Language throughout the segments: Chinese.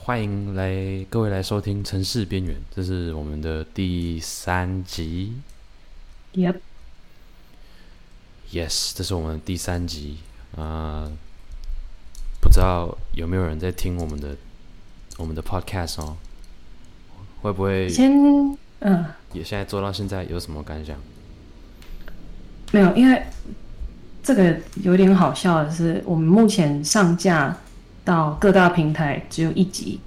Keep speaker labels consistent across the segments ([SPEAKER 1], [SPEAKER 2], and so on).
[SPEAKER 1] 欢迎来各位来收听《城市边缘》，这是我们的第三集。
[SPEAKER 2] Yep，
[SPEAKER 1] Yes，这是我们的第三集啊、呃不知道有没有人在听我们的我们的 podcast 哦？会不会
[SPEAKER 2] 先嗯，
[SPEAKER 1] 也现在做到现在有什么感想？
[SPEAKER 2] 没有，因为这个有点好笑的是，我们目前上架到各大平台只有一集，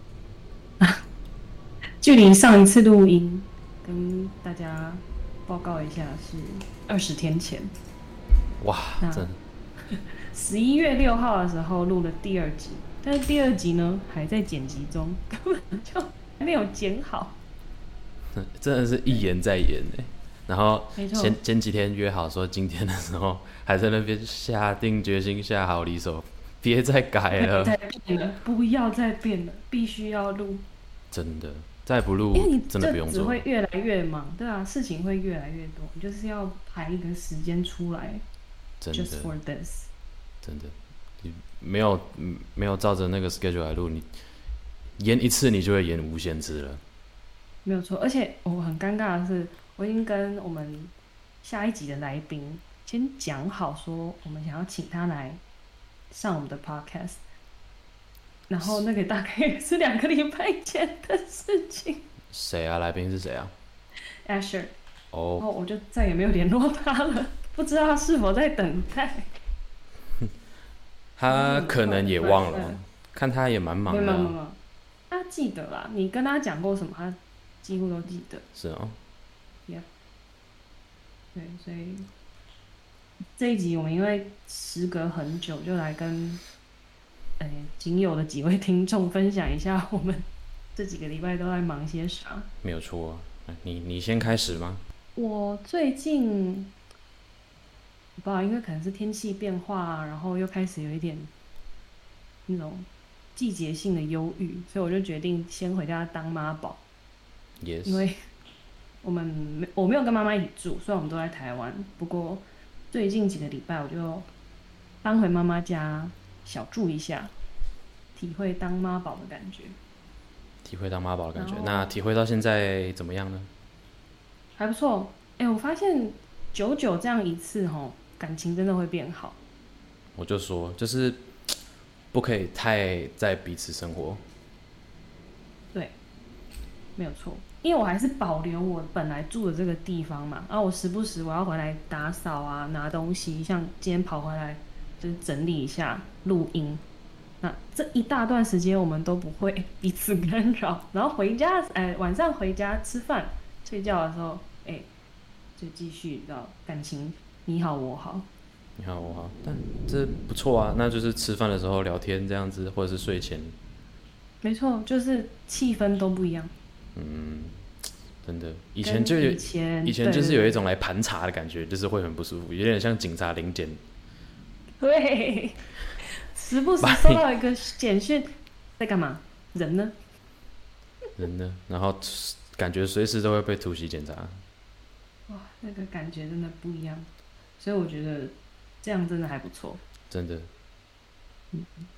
[SPEAKER 2] 距离上一次录音跟大家报告一下是二十天前，
[SPEAKER 1] 哇，
[SPEAKER 2] 那
[SPEAKER 1] 真
[SPEAKER 2] 十一月六号的时候录了第二集，但是第二集呢还在剪辑中， 根本就还没有剪好。
[SPEAKER 1] 真的 是一言再言哎。然后
[SPEAKER 2] 没错
[SPEAKER 1] 前前几天约好说今天的时候，还在那边下定决心下好离手，别再改
[SPEAKER 2] 不要
[SPEAKER 1] 了，
[SPEAKER 2] 再变了，不要再变了，必须要录，
[SPEAKER 1] 真的再不录
[SPEAKER 2] 因为你
[SPEAKER 1] 真的不用
[SPEAKER 2] 这只
[SPEAKER 1] 做
[SPEAKER 2] 会。越来越忙，对啊，事情会越来越多，你就是要排一个时间出来
[SPEAKER 1] 真的
[SPEAKER 2] ，just for this。
[SPEAKER 1] 真的，你没有嗯没有照着那个 schedule 来录，你延一次你就会延无限次了。
[SPEAKER 2] 没有错，而且我、很尴尬的是，我已经跟我们下一集的来宾先讲好，说我们想要请他来上我们的 podcast，然后那个大概是两个礼拜前的事情。
[SPEAKER 1] 谁啊？来宾是谁啊？
[SPEAKER 2] Asher，然
[SPEAKER 1] 哦、
[SPEAKER 2] 后我就再也没有联络他了，不知道他是否在等待。
[SPEAKER 1] 他可能也忘
[SPEAKER 2] 嗯
[SPEAKER 1] 了，看他也蛮忙
[SPEAKER 2] 没有没
[SPEAKER 1] 的
[SPEAKER 2] 有没有
[SPEAKER 1] 啊，
[SPEAKER 2] 没有，他记得啦，你跟他讲过什么，他几乎都记得。
[SPEAKER 1] 是哦。
[SPEAKER 2] 对，所以这一集我们因为时隔很久，就来跟呃仅有的几位听众分享一下我们这几个礼拜都在忙些啥。
[SPEAKER 1] 没有错、啊，你你先开始吗？
[SPEAKER 2] 我最近我不知道，因为可能是天气变化啊、然后又开始有一点那种季节性的忧郁，所以我就决定先回家当妈宝。
[SPEAKER 1] 也
[SPEAKER 2] 因为我们没我没有跟妈妈一起住，虽然我们都在台湾，不过最近几个礼拜我就搬回妈妈家小住一下，体会当妈宝的感觉，
[SPEAKER 1] 体会到妈宝的感觉
[SPEAKER 2] 然。后
[SPEAKER 1] 那体会到现在怎么样呢？
[SPEAKER 2] 还不错。哎、我发现久久这样一次吼，感情真的会变好。
[SPEAKER 1] 我就说，就是不可以太在彼此生活。
[SPEAKER 2] 对，没有错，因为我还是保留我本来住的这个地方嘛，然后啊我时不时我要回来打扫啊，拿东西，像今天跑回来就是整理一下录音。那这一大段时间我们都不会彼此干扰，然后回家，哎，晚上回家吃饭睡觉的时候，哎，就继续到感情你好我好，
[SPEAKER 1] 你好，我好，但这不错啊。那就是吃饭的时候聊天这样子，或者是睡前，
[SPEAKER 2] 没错，就是气氛都不一样。
[SPEAKER 1] 嗯，真的，以
[SPEAKER 2] 以
[SPEAKER 1] 前就有
[SPEAKER 2] 以，前
[SPEAKER 1] 以前就是
[SPEAKER 2] 对
[SPEAKER 1] 有一种来盘查的感觉，就是会很不舒服，有点像警察临检。
[SPEAKER 2] 对，时不时
[SPEAKER 1] 把
[SPEAKER 2] 收
[SPEAKER 1] 你
[SPEAKER 2] 到一个简讯，在干嘛？人呢？
[SPEAKER 1] 人呢，然后感觉随时都会被突袭检查。
[SPEAKER 2] 哇，那个感觉真的不一样，所以我觉得这样真的还不错。
[SPEAKER 1] 真的，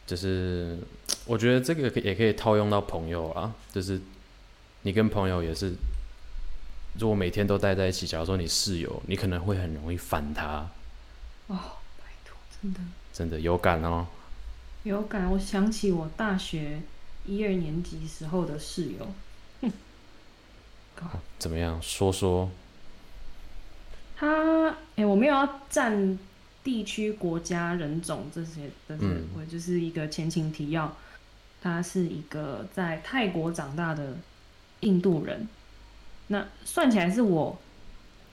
[SPEAKER 1] 就是我觉得这个可也可以套用到朋友啊，就是你跟朋友也是，如果每天都待在一起，假如说你室友，你可能会很容易烦他，
[SPEAKER 2] 哦，拜托，真的
[SPEAKER 1] 真的有感哦。
[SPEAKER 2] 有感。我想起我大学一二年级时候的室友，
[SPEAKER 1] 怎么样？说说
[SPEAKER 2] 他哎、我没有要占地区、国家、人种这些，但是
[SPEAKER 1] 嗯
[SPEAKER 2] 我就是一个前情提要。他是一个在泰国长大的印度人，那算起来是我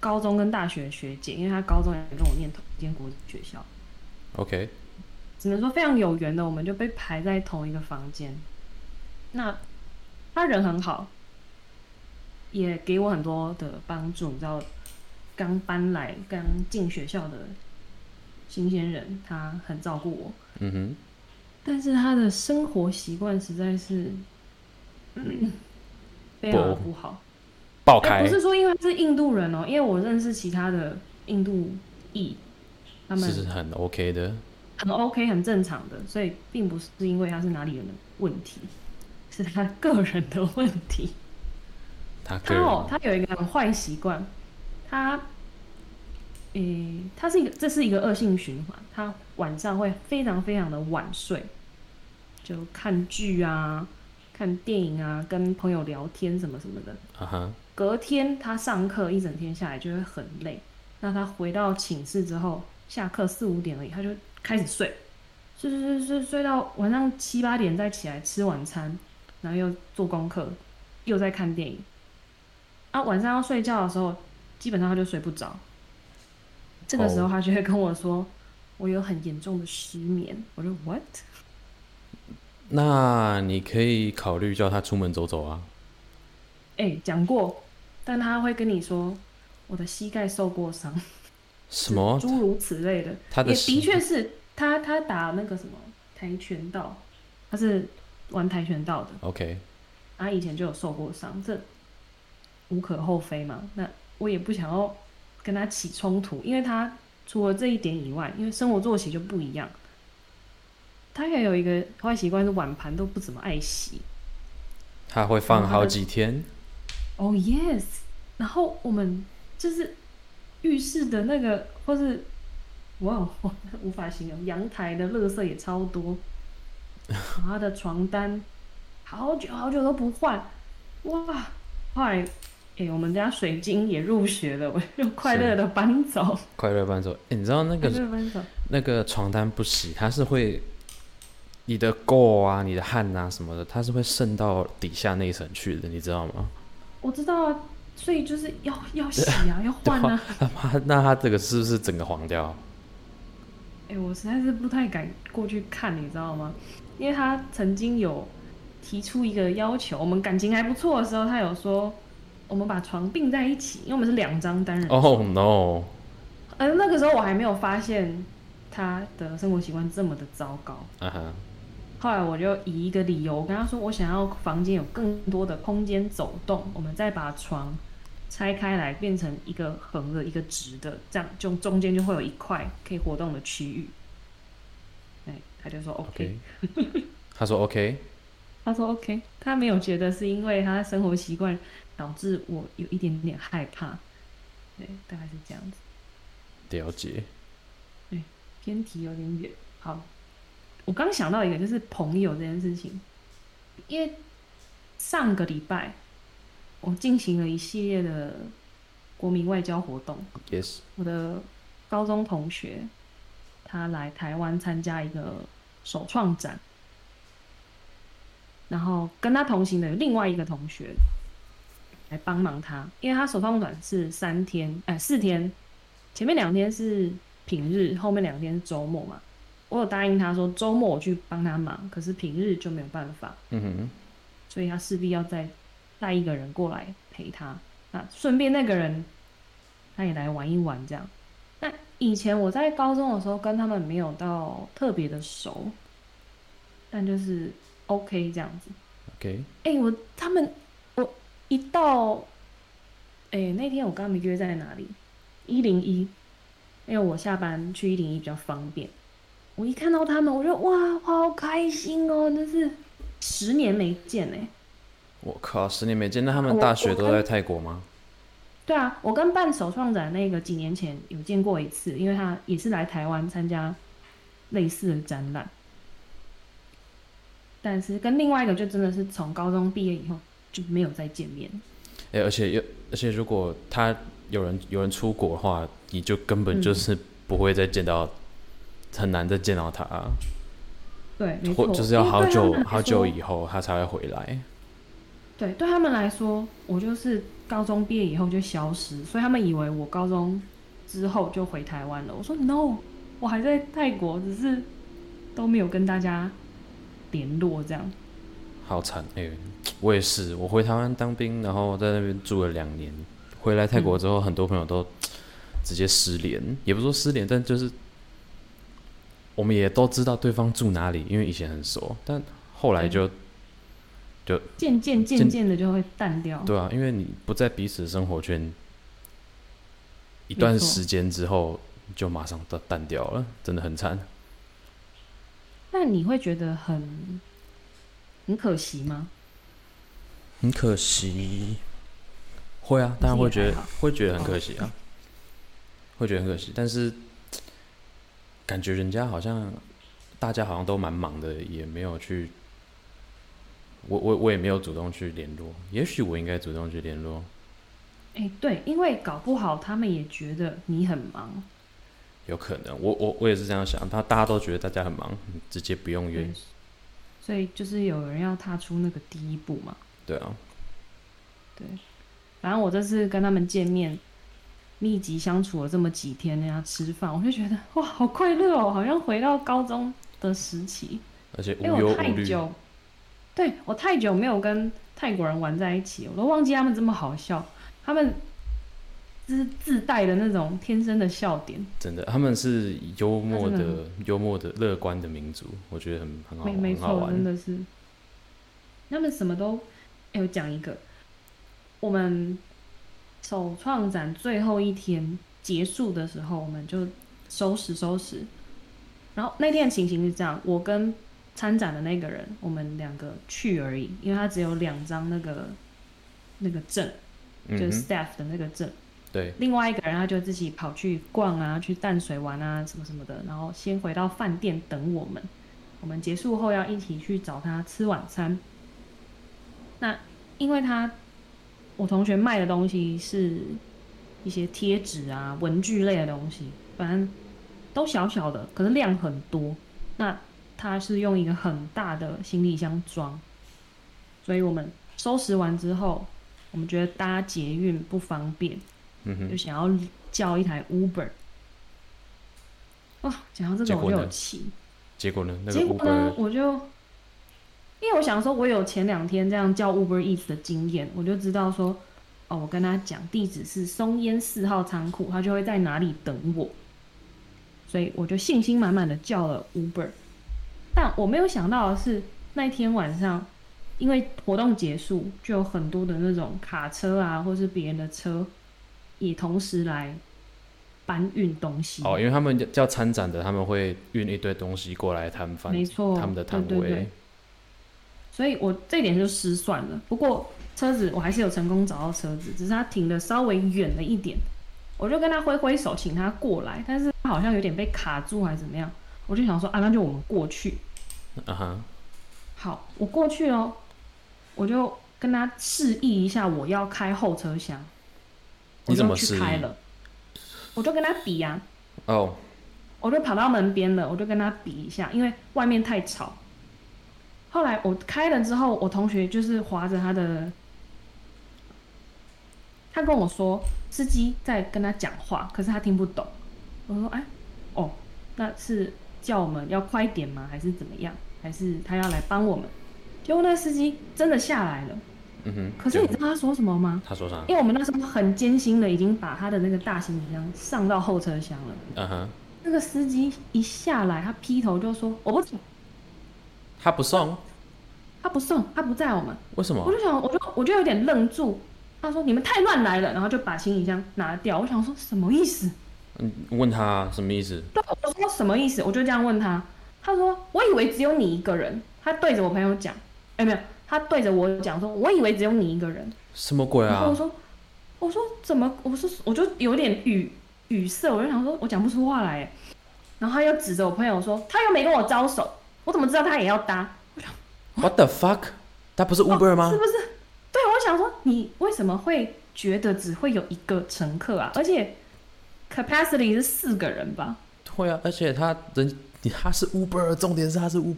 [SPEAKER 2] 高中跟大学的学姐，因为他高中也跟我念同一间国际学校，
[SPEAKER 1] ，OK，
[SPEAKER 2] 只能说非常有缘的，我们就被排在同一个房间。那他人很好，也给我很多的帮助。你知道，刚搬来、刚进学校的新鲜人，他很照顾我，
[SPEAKER 1] 嗯哼，
[SPEAKER 2] 哎但是他的生活习惯实在是、嗯非常的不好。
[SPEAKER 1] 爆
[SPEAKER 2] 哎
[SPEAKER 1] 开
[SPEAKER 2] 不，是说因为他是印度人哦，因为我认识其他的印度裔，他们
[SPEAKER 1] 是很 OK 的。
[SPEAKER 2] 很 OK 很正常的，所以并不是因为他是哪里人的问题，是他个人的问题。
[SPEAKER 1] 他个
[SPEAKER 2] 他
[SPEAKER 1] 人
[SPEAKER 2] 哦，他有一个很坏习惯，他，诶、他是一个，这是一个恶性循环。他晚上会非常非常的晚睡，就看剧啊、看电影啊、跟朋友聊天什么什么的。
[SPEAKER 1] 啊哈，
[SPEAKER 2] 隔天他上课一整天下来就会很累，那他回到寝室之后，下课四五点而已，他就开始睡，睡睡睡睡睡到晚上七八点再起来吃晚餐，然后又做功课，又在看电影。啊，晚上要睡觉的时候，基本上他就睡不着。这个时候
[SPEAKER 1] 哦
[SPEAKER 2] 他就会跟我说：“我有很严重的失眠。”我说：“What？”
[SPEAKER 1] 那你可以考虑叫他出门走走啊。
[SPEAKER 2] 哎、讲过，但他会跟你说：“我的膝盖受过伤。”
[SPEAKER 1] 什么？
[SPEAKER 2] 诸如此类的，
[SPEAKER 1] 他的
[SPEAKER 2] 也
[SPEAKER 1] 膝
[SPEAKER 2] 的确是他他打那个什么跆拳道，他是玩跆拳道的，
[SPEAKER 1] OK，
[SPEAKER 2] 他以前就有受过伤，这无可厚非嘛。那我也不想要跟他起冲突，因为他除了这一点以外，因为生活作息就不一样，他也有一个坏习惯是碗盘都不怎么爱洗。
[SPEAKER 1] 他会
[SPEAKER 2] 然
[SPEAKER 1] 放
[SPEAKER 2] 嗯后他的
[SPEAKER 1] 好几天。
[SPEAKER 2] Oh yes，然后我们就是浴室的那个，或是哇，我 无法形容，阳台的垃圾也超多，然后他的床单好久好久都不换，哇！后来，哎、我们家水晶也入学了，我就快乐的搬走，
[SPEAKER 1] 快乐伴奏。哎、你知道那
[SPEAKER 2] 快
[SPEAKER 1] 个
[SPEAKER 2] 乐地搬走。
[SPEAKER 1] 那个床单不洗，它是会你的垢啊、你的汗啊什么的，它是会渗到底下那一层去的，你知道吗？
[SPEAKER 2] 我知道啊，所以就是要要洗啊，要
[SPEAKER 1] 对
[SPEAKER 2] 换啊
[SPEAKER 1] 啊。，他妈，那它这个是不是整个黄掉？
[SPEAKER 2] 哎、我实在是不太敢过去看，你知道吗？因为他曾经有提出一个要求，我们感情还不错的时候，他有说我们把床并在一起，因为我们是两张单人。
[SPEAKER 1] 哦、no！
[SPEAKER 2] 呃，那个时候我还没有发现他的生活习惯这么的糟糕。
[SPEAKER 1] 啊哈，
[SPEAKER 2] 后来我就以一个理由，我跟他说我想要房间有更多的空间走动，我们再把床拆开来变成一个横的、一个直的，这样就中间就会有一块可以活动的区域。哎，他就说 OK，,
[SPEAKER 1] OK 他说 OK，
[SPEAKER 2] 他说 OK，他没有觉得是因为他的生活习惯导致我有一点点害怕。对，大概是这样子。
[SPEAKER 1] 了解。
[SPEAKER 2] 偏题有点远。好，我刚想到一个，就是朋友这件事情，因为上个礼拜我进行了一系列的国民外交活动。
[SPEAKER 1] Yes，
[SPEAKER 2] 我的高中同学，他来台湾参加一个首创展，然后跟他同行的有另外一个同学来帮忙他，因为他首创展是三天，哎、四天，前面两天是平日，后面两天是周末嘛。我有答应他说周末我去帮他忙，可是平日就没有办法。
[SPEAKER 1] 嗯
[SPEAKER 2] 所以他势必要再带一个人过来陪他。那顺便那个人他也来玩一玩，这样。那以前我在高中的时候跟他们没有到特别的熟，但就是 OK 这样子。
[SPEAKER 1] 哼，OK，
[SPEAKER 2] 哎、我他们我一到，哎、那天我跟他们约在哪里？一零一，因为我下班去一零一比较方便。我一看到他们，我就哇，我好开心哦！真是十年没见哎、
[SPEAKER 1] 我靠，十年没见，那他们
[SPEAKER 2] 我
[SPEAKER 1] 大学
[SPEAKER 2] 我
[SPEAKER 1] 都在泰国吗？
[SPEAKER 2] 对啊，我跟办首创展那个几年前有见过一次，因为他也是来台湾参加类似的展览，但是跟另外一个就真的是从高中毕业以后就没有再见面。
[SPEAKER 1] 哎、而且又而且，如果他有人有人出国的话，你就根本
[SPEAKER 2] 嗯
[SPEAKER 1] 就是不会再见到，很难再见到他、
[SPEAKER 2] 对，没
[SPEAKER 1] 或
[SPEAKER 2] 错，
[SPEAKER 1] 就是要
[SPEAKER 2] 因为
[SPEAKER 1] 好
[SPEAKER 2] 对啊他
[SPEAKER 1] 久
[SPEAKER 2] 们来
[SPEAKER 1] 好久
[SPEAKER 2] 说
[SPEAKER 1] 以后他才会回来。
[SPEAKER 2] 对，对他们来说，我就是高中毕业以后就消失，所以他们以为我高中之后就回台湾了。我说 no，我还在泰国，只是都没有跟大家联络这样。
[SPEAKER 1] 好惨哎、我也是，我回台湾当兵，然后在那边住了两年，回来泰
[SPEAKER 2] 嗯
[SPEAKER 1] 国之后，很多朋友都直接失联，也不是说失联，但就是我们也都知道对方住哪里，因为以前很熟，但后来就就
[SPEAKER 2] 渐渐渐
[SPEAKER 1] 渐
[SPEAKER 2] 渐的就会淡掉。
[SPEAKER 1] 对啊，因为你不在彼此的生活圈一
[SPEAKER 2] 没
[SPEAKER 1] 段
[SPEAKER 2] 错
[SPEAKER 1] 时间之后，就马上淡淡掉了，真的很惨。
[SPEAKER 2] 那你会觉得很很可惜吗？
[SPEAKER 1] 很可惜，会啊，当然会觉
[SPEAKER 2] 还
[SPEAKER 1] 得
[SPEAKER 2] 好嗯
[SPEAKER 1] 会觉得很可惜啊，会觉得很可惜。但是感觉人家好像大家好像都蛮忙的，也没有去，我我我也没有主动去联络。也许我应该主动去联络，
[SPEAKER 2] 哎，对，因为搞不好他们也觉得你很忙，
[SPEAKER 1] 有可能。我我我也是这样想，他大家都觉得大家很忙，直接不用约
[SPEAKER 2] 对，，所以就是有人要踏出那个第一步嘛。
[SPEAKER 1] 对啊，
[SPEAKER 2] 反正我这次跟他们见面，密集相处了这么几天，人家吃饭，我就觉得哇，好快乐哦，好像回到高中的时期，
[SPEAKER 1] 而且无
[SPEAKER 2] 因为
[SPEAKER 1] 忧
[SPEAKER 2] 哎我
[SPEAKER 1] 无
[SPEAKER 2] 太
[SPEAKER 1] 虑，
[SPEAKER 2] 久，对我太久没有跟泰国人玩在一起，我都忘记他们这么好笑，他们就是自带的那种天生的笑点，
[SPEAKER 1] 真的，他们是幽默
[SPEAKER 2] 他
[SPEAKER 1] 的
[SPEAKER 2] 啊真的、
[SPEAKER 1] 幽默的、乐观的民族，我觉得很很好，
[SPEAKER 2] 没没
[SPEAKER 1] 很好
[SPEAKER 2] 错，
[SPEAKER 1] 玩
[SPEAKER 2] 真。的是，他们什么都，哎、我讲一个，我们首创展最后一天结束的时候，我们就收拾收拾，然后那天的情形是这样，我跟参展的那个人，我们两个去而已，因为他只有两张那个那个证，就
[SPEAKER 1] 嗯
[SPEAKER 2] 是
[SPEAKER 1] 哼
[SPEAKER 2] staff 的那个证。
[SPEAKER 1] 对，
[SPEAKER 2] 另外一个人他就自己跑去逛啊，去淡水玩啊，什么什么的，然后先回到饭店等我们。我们结束后要一起去找他吃晚餐。那因为他我同学卖的东西是一些贴纸啊、文具类的东西，反正都小小的，可是量很多。那他是用一个很大的行李箱装，所以我们收拾完之后，我们觉得搭捷运不方便。
[SPEAKER 1] 嗯
[SPEAKER 2] 就
[SPEAKER 1] 哼，
[SPEAKER 2] 想要叫一台 Uber。哇，讲到这
[SPEAKER 1] 结
[SPEAKER 2] 个
[SPEAKER 1] 果
[SPEAKER 2] 我就有
[SPEAKER 1] 呢
[SPEAKER 2] 气。
[SPEAKER 1] 结果呢？那个
[SPEAKER 2] 结果呢，
[SPEAKER 1] Uber
[SPEAKER 2] 我就因为我想说，我有前两天这样叫 Uber Eats 的经验，我就知道说，哦，我跟他讲地址是松烟四号仓库，他就会在哪里等我。所以我就信心满满的叫了 Uber，但我没有想到的是，那一天晚上，因为活动结束，就有很多的那种卡车啊，或是别人的车，也同时来搬运东西。
[SPEAKER 1] 哦，因为他们叫叫参展的，他们会运一堆东西过来摊贩，
[SPEAKER 2] 没错，
[SPEAKER 1] 他们的摊位，
[SPEAKER 2] 对对对所以我这点就失算了。不过车子我还是有成功找到车子，只是它停的稍微远了一点，我就跟他挥挥手，请他过来，但是他好像有点被卡住还是怎么样，我就想说啊，那就我们过去。
[SPEAKER 1] 啊哈，
[SPEAKER 2] 好，我过去哦，我就跟他示意一下，我要开后车厢，我
[SPEAKER 1] 你怎
[SPEAKER 2] 就
[SPEAKER 1] 么示
[SPEAKER 2] 去
[SPEAKER 1] 意
[SPEAKER 2] 开了，我就跟他比啊呀、
[SPEAKER 1] 哦，
[SPEAKER 2] 我就跑到门边了，我就跟他比一下，因为外面太吵。后来我开了之后，我同学就是划着他的，他跟我说司机在跟他讲话，可是他听不懂。我说：“哎，哦，那是叫我们要快一点吗？还是怎么样？还是他要来帮我们？”结果那司机真的下来了，
[SPEAKER 1] 嗯哼，
[SPEAKER 2] 可是
[SPEAKER 1] 结
[SPEAKER 2] 你
[SPEAKER 1] 果
[SPEAKER 2] 知道他说什么吗？
[SPEAKER 1] 他说啥？
[SPEAKER 2] 因为我们那时候很艰辛的已经把他的那个大行李箱上到后车厢了。
[SPEAKER 1] 嗯哼，
[SPEAKER 2] 那个司机一下来，他劈头就说：“我不走，
[SPEAKER 1] 他不送，
[SPEAKER 2] 他不送，他不载我们。
[SPEAKER 1] 为什
[SPEAKER 2] 我
[SPEAKER 1] 么？
[SPEAKER 2] 就想，我就我就有点愣住。他说：“你们太乱来了。”然后就把行李箱拿掉。我想说什么意思？
[SPEAKER 1] 嗯，问他什么意思？
[SPEAKER 2] 对，我说什么意思？我就这样问他。他说：“我以为只有你一个人。”他对着我朋友讲：“哎，没有。”他对着我讲说：“我以为只有你一个人。”
[SPEAKER 1] 什么鬼
[SPEAKER 2] 然后
[SPEAKER 1] 啊
[SPEAKER 2] 我？说，我说怎么？我说我就有点语语塞，我就想说我讲不出话来耶。然后他又指着我朋友说，他又没跟我招手，我怎么知道他也要搭？
[SPEAKER 1] What the fuck？他不是 Uber 吗
[SPEAKER 2] 哦是？不是？对，我想说你为什么会觉得只会有一个乘客啊？而且 capacity 是四个人吧？
[SPEAKER 1] 会啊，而且他人你他是 Uber，重点是他是 Uber。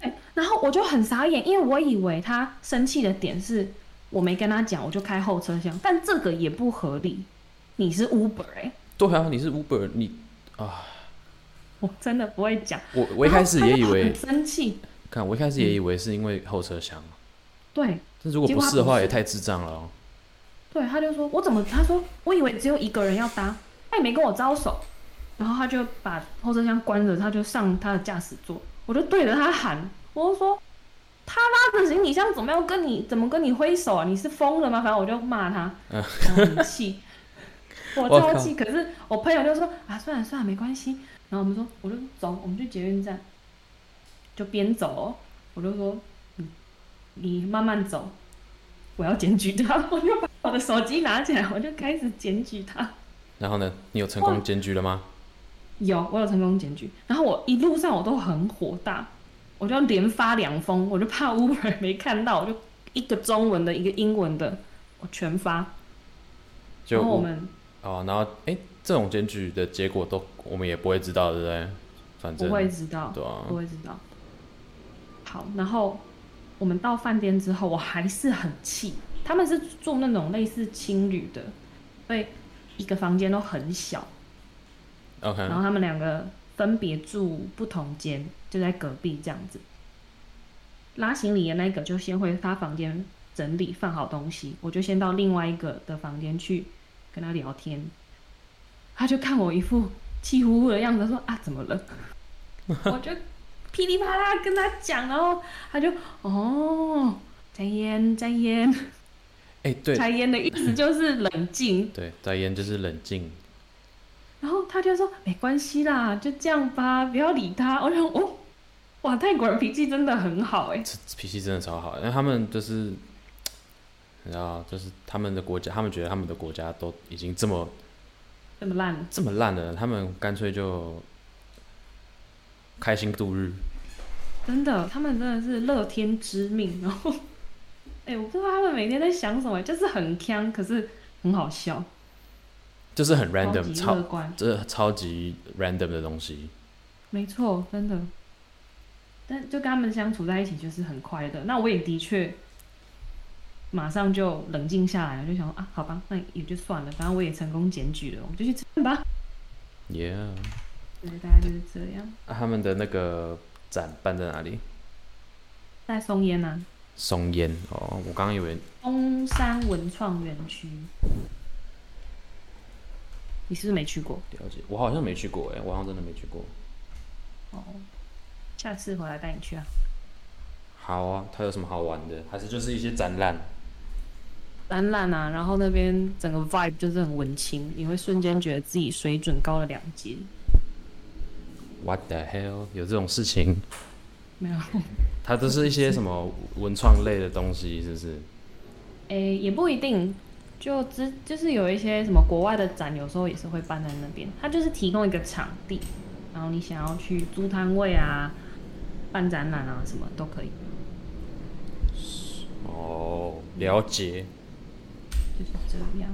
[SPEAKER 2] 对，哎然后我就很傻眼，因为我以为他生气的点是我没跟他讲，我就开后车厢，但这个也不合理。你是 Uber 哎、
[SPEAKER 1] 对啊，你是 Uber，你
[SPEAKER 2] 我真的不会讲。
[SPEAKER 1] 我我一开始也以
[SPEAKER 2] 然后他就
[SPEAKER 1] 为
[SPEAKER 2] 很，生气，
[SPEAKER 1] 看我一开始也以为是因为后车厢，
[SPEAKER 2] 嗯对
[SPEAKER 1] 但如果
[SPEAKER 2] 结
[SPEAKER 1] 不
[SPEAKER 2] 果他
[SPEAKER 1] 是的话
[SPEAKER 2] 不是
[SPEAKER 1] 也太智障了哦。
[SPEAKER 2] 对，他就说我怎么？他说我以为只有一个人要搭，他也没跟我招手，然后他就把后车厢关着，他就上他的驾驶座，我就对着他喊，我就说他拉着行李箱怎么样跟你怎么跟你挥手啊？你是疯了吗？反正我就骂他，然后很气，我
[SPEAKER 1] 我
[SPEAKER 2] 超
[SPEAKER 1] 靠
[SPEAKER 2] 气。可是我朋友就说啊，算了算了，没关系。然后我们说，我就走，我们去捷运站，就边走、哦，我就说嗯你你慢慢走，我要检举他。 我就把我的手机拿起来，我就开始检举他。
[SPEAKER 1] 然后呢，你有成功检举了吗？
[SPEAKER 2] 有，我有成功检举。然后我一路上我都很火大，我就连发两封，我就怕 Uber 没看到，我就一个中文的，一个英文的，我全发。
[SPEAKER 1] 就
[SPEAKER 2] 然后我
[SPEAKER 1] 我
[SPEAKER 2] 们
[SPEAKER 1] 哦，然后哎，这种检举的结果都我们也不会知道，对不对？反
[SPEAKER 2] 不
[SPEAKER 1] 正
[SPEAKER 2] 会知道，
[SPEAKER 1] 对啊
[SPEAKER 2] 不，会知道。好，然后我们到饭店之后，我还是很气。他们是住那种类似青旅的，所以一个房间都很小，
[SPEAKER 1] OK，
[SPEAKER 2] 然后他们两个分别住不同间，就在隔壁这样子。拉行李的那个就先回他房间整理放好东西，我就先到另外一个的房间去跟他聊天。他就看我一副气呼呼的样子，说啊怎么了？ 我就噼里啪啦跟他讲，然后他就哦再烟再烟
[SPEAKER 1] 哎，对
[SPEAKER 2] 再烟的意思就是冷静，
[SPEAKER 1] 对，在烟就是冷静，
[SPEAKER 2] 然后他就说没关系啦，就这样吧，不要理他。我想哦，哇，泰国人脾气真的很好哎、
[SPEAKER 1] 这脾气真的超好，因为他们就是，你知道，就是他们的国家，他们觉得他们的国家都已经这么
[SPEAKER 2] 这么烂，
[SPEAKER 1] 这么烂了，他们干脆就开心度日。
[SPEAKER 2] 真的，他们真的是乐天知命。然后， 哎、我不知道他们每天在想什么，就是很呛，可是很好笑，
[SPEAKER 1] 就是很
[SPEAKER 2] 超
[SPEAKER 1] random，
[SPEAKER 2] 级
[SPEAKER 1] 超
[SPEAKER 2] 乐观。
[SPEAKER 1] 这超级 random 的东西。
[SPEAKER 2] 没错，真的。但就跟他们相处在一起就是很快乐。那我也的确，马上就冷静下来了，就想说啊，好吧，那也就算了，反正我也成功检举了，我们就去吃饭吧。
[SPEAKER 1] Yeah，、
[SPEAKER 2] 对，大概就是这样。
[SPEAKER 1] 啊、他们的那个展办在哪里？
[SPEAKER 2] 在松烟啊呢、
[SPEAKER 1] 松烟哦，我刚刚以为
[SPEAKER 2] 中山文创园区，你是不是没去过？
[SPEAKER 1] 了解，我好像没去过哎、我好像真的没去过。
[SPEAKER 2] 哦，下次回来带你去啊。
[SPEAKER 1] 好啊，它有什么好玩的？还是就是一些展览？
[SPEAKER 2] 蓝蓝啊，然后那边整个 vibe 就是很文青，你会瞬间觉得自己水准高了两阶。
[SPEAKER 1] What the hell？有这种事情？
[SPEAKER 2] 没有，
[SPEAKER 1] 它都是一些什么文创类的东西，是不是？
[SPEAKER 2] 诶，也不一定，就之就是有一些什么国外的展，有时候也是会办在那边。它就是提供一个场地，然后你想要去租摊位啊、办展览啊，什么都可以。
[SPEAKER 1] 哦，了解。
[SPEAKER 2] 就是这样。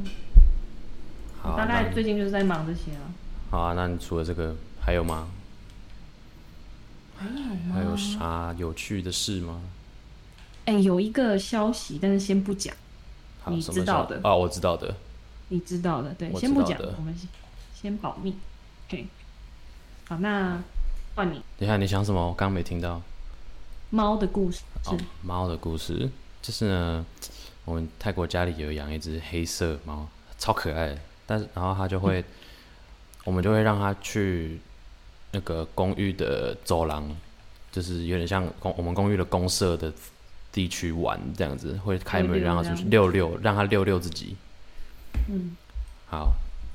[SPEAKER 1] 好、
[SPEAKER 2] 大
[SPEAKER 1] 啊，
[SPEAKER 2] 概
[SPEAKER 1] 那
[SPEAKER 2] 最近就是在忙这些啊。
[SPEAKER 1] 好啊，那你除了这个还有吗？还有啥有趣的事吗？
[SPEAKER 2] 哎、有一个消息，但是先不讲，
[SPEAKER 1] 好，
[SPEAKER 2] 你
[SPEAKER 1] 什
[SPEAKER 2] 知
[SPEAKER 1] 么
[SPEAKER 2] 道
[SPEAKER 1] 消
[SPEAKER 2] 的
[SPEAKER 1] 啊？我知道的。
[SPEAKER 2] 你知道的，对，
[SPEAKER 1] 我
[SPEAKER 2] 先不讲
[SPEAKER 1] 知道的，
[SPEAKER 2] 我们先先保密。对，好，那换你
[SPEAKER 1] 等一下，你想什么？我刚刚没听到。
[SPEAKER 2] 猫的故事。
[SPEAKER 1] 哦，猫的故事就是呢，我们泰国家里有养一只黑色猫，超可爱的。但是然后它就
[SPEAKER 2] 嗯
[SPEAKER 1] 会，我们就会让它去那个公寓的走廊，就是有点像公我们公寓的公社的地区玩这样子，会开门
[SPEAKER 2] 溜溜
[SPEAKER 1] 让它出去
[SPEAKER 2] 这样
[SPEAKER 1] 溜溜，让它溜溜自己。
[SPEAKER 2] 嗯，
[SPEAKER 1] 好，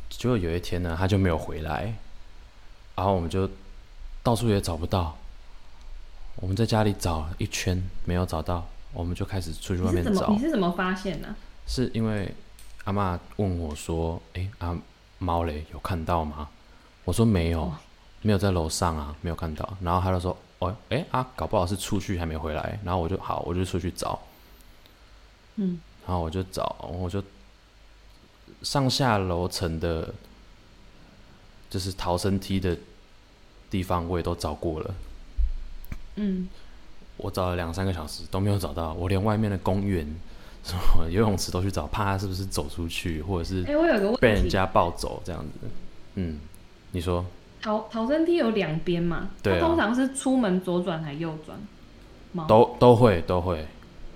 [SPEAKER 1] 结果有一天呢，他就没有回来，然后我们就到处也找不到，我们在家里找了一圈没有找到，我们就开始出去
[SPEAKER 2] 你
[SPEAKER 1] 外
[SPEAKER 2] 是
[SPEAKER 1] 面
[SPEAKER 2] 怎么
[SPEAKER 1] 找
[SPEAKER 2] 你，是怎么发现呢、
[SPEAKER 1] 是因为阿嬷问我说：“诶，阿猫嘞有看到吗？”我说：“没有，没有在楼上啊，没有看到。”然后他就说：“哦，诶，啊，搞不好是出去还没回来。”然后我就好，我就出去找，
[SPEAKER 2] 嗯，
[SPEAKER 1] 然后我就找，我就上下楼层的，就是逃生梯的地方，我也都找过了。
[SPEAKER 2] 嗯，
[SPEAKER 1] 我找了两三个小时都没有找到，我连外面的公园、什么游泳池都去找，怕它是不是走出去，或者是
[SPEAKER 2] 哎、我有个
[SPEAKER 1] 被
[SPEAKER 2] 问
[SPEAKER 1] 人
[SPEAKER 2] 题，
[SPEAKER 1] 家抱走这样子。嗯，你说
[SPEAKER 2] 逃逃生梯有两边嘛？
[SPEAKER 1] 对啊
[SPEAKER 2] 它通常是出门左转还右转？猫，
[SPEAKER 1] 都都会都会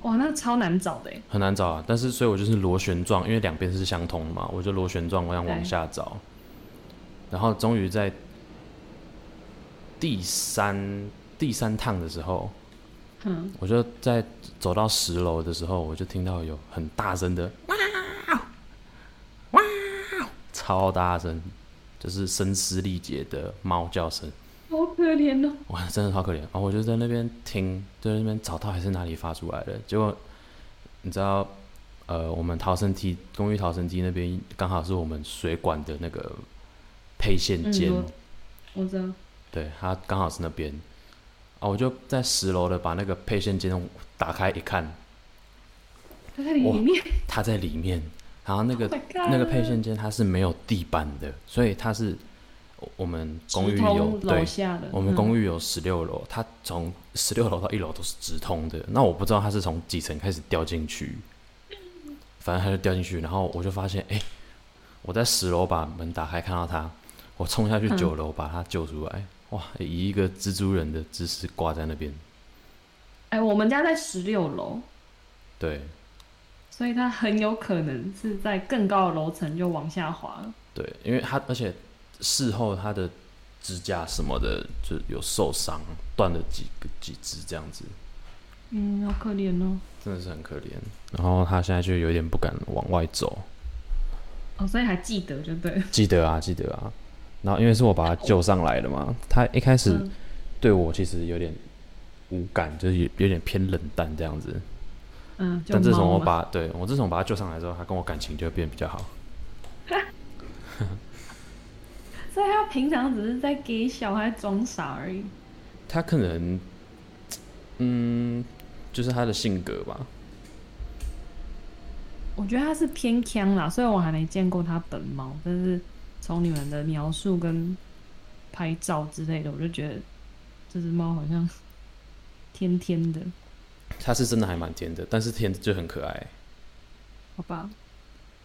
[SPEAKER 2] 哇，那超难找的哎。
[SPEAKER 1] 很难找啊，但是所以我就是螺旋状，因为两边是相通的嘛，我就螺旋状我想往
[SPEAKER 2] 对
[SPEAKER 1] 下找，然后终于在第三第三趟的时候，
[SPEAKER 2] 嗯，
[SPEAKER 1] 我就在走到十楼的时候，我就听到有很大声的哇哇，超大声，就是声嘶力竭的猫叫声。
[SPEAKER 2] 好可怜哦。
[SPEAKER 1] 哇，真的超可怜啊！我就在那边听，就在那边找到还是哪里发出来的。结果你知道，呃，我们逃生梯公寓逃生梯那边刚好是我们水管的那个配线间，
[SPEAKER 2] 嗯我知道，
[SPEAKER 1] 对，它刚好是那边。啊，我就在十楼的把那个配线间打开一看，
[SPEAKER 2] 它在里面。
[SPEAKER 1] 它在里面。然后那个
[SPEAKER 2] Oh my god
[SPEAKER 1] 那个配线间它是没有地板的，所以它是我我们公寓
[SPEAKER 2] 直通
[SPEAKER 1] 有对
[SPEAKER 2] 楼下的，嗯
[SPEAKER 1] 我们公
[SPEAKER 2] 寓
[SPEAKER 1] 寓有十六楼，它从十六楼到一楼都是直通的。那我不知道它是从几层开始掉进去，反正它就掉进去，然后我就发现，哎、我在十楼把门打开看到它，我冲下去
[SPEAKER 2] 嗯
[SPEAKER 1] 九楼把它救出来，哇，以一个蜘蛛人的姿势挂在那边，
[SPEAKER 2] 哎，我们家在十六楼，
[SPEAKER 1] 对
[SPEAKER 2] 所以它很有可能是在更高的楼层就往下滑了。
[SPEAKER 1] 对，因为它而且事后它的指甲什么的就有受伤，断了几个几只这样子，
[SPEAKER 2] 嗯，好可怜哦。
[SPEAKER 1] 真的是很可怜。然后它现在就有点不敢往外走。
[SPEAKER 2] 哦，所以还记得就对了。
[SPEAKER 1] 记得啊，记得啊。然后因为是我把他救上来的嘛，他一开始
[SPEAKER 2] 嗯
[SPEAKER 1] 对我其实有点无感，就是有有点偏冷淡这样子。
[SPEAKER 2] 嗯，就
[SPEAKER 1] 但自从
[SPEAKER 2] 猫
[SPEAKER 1] 我
[SPEAKER 2] 嘛
[SPEAKER 1] 把对我自从把他救上来之后，他跟我感情就变比较好。
[SPEAKER 2] 所以他平常只是在给小孩装傻而已。
[SPEAKER 1] 他可能，嗯，就是他的性格吧。
[SPEAKER 2] 我觉得他是偏腔啦，虽然我还没见过他本猫，但是从你们的描述跟拍照之类的，我就觉得这只猫好像天天的，
[SPEAKER 1] 他是真的还蛮甜的，但是甜就很可爱。
[SPEAKER 2] 好吧？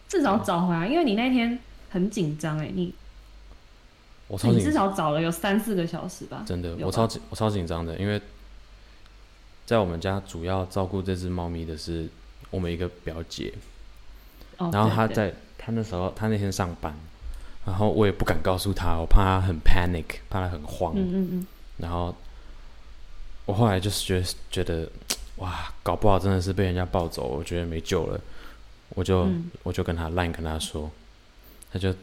[SPEAKER 2] 至少
[SPEAKER 1] 啊
[SPEAKER 2] 找回来，因为你那天很紧张哎，你
[SPEAKER 1] 我超
[SPEAKER 2] 你
[SPEAKER 1] 紧
[SPEAKER 2] 至少找了有三四个小时吧？
[SPEAKER 1] 真的，
[SPEAKER 2] 有
[SPEAKER 1] 我
[SPEAKER 2] 吧
[SPEAKER 1] 超紧，我超紧张的，因为在我们家主要照顾这只猫咪的是我们一个表姐，
[SPEAKER 2] 哦，
[SPEAKER 1] 然后
[SPEAKER 2] 对
[SPEAKER 1] 他
[SPEAKER 2] 对
[SPEAKER 1] 在他那时候他那天上班，然后我也不敢告诉他，我怕他很 panic，怕他很慌。
[SPEAKER 2] 嗯嗯嗯，
[SPEAKER 1] 然后我后来就是觉得觉得哇，搞不好真的是被人家抱走，我觉得没救了，我就、
[SPEAKER 2] 嗯
[SPEAKER 1] 我就跟他 line 跟他说，他就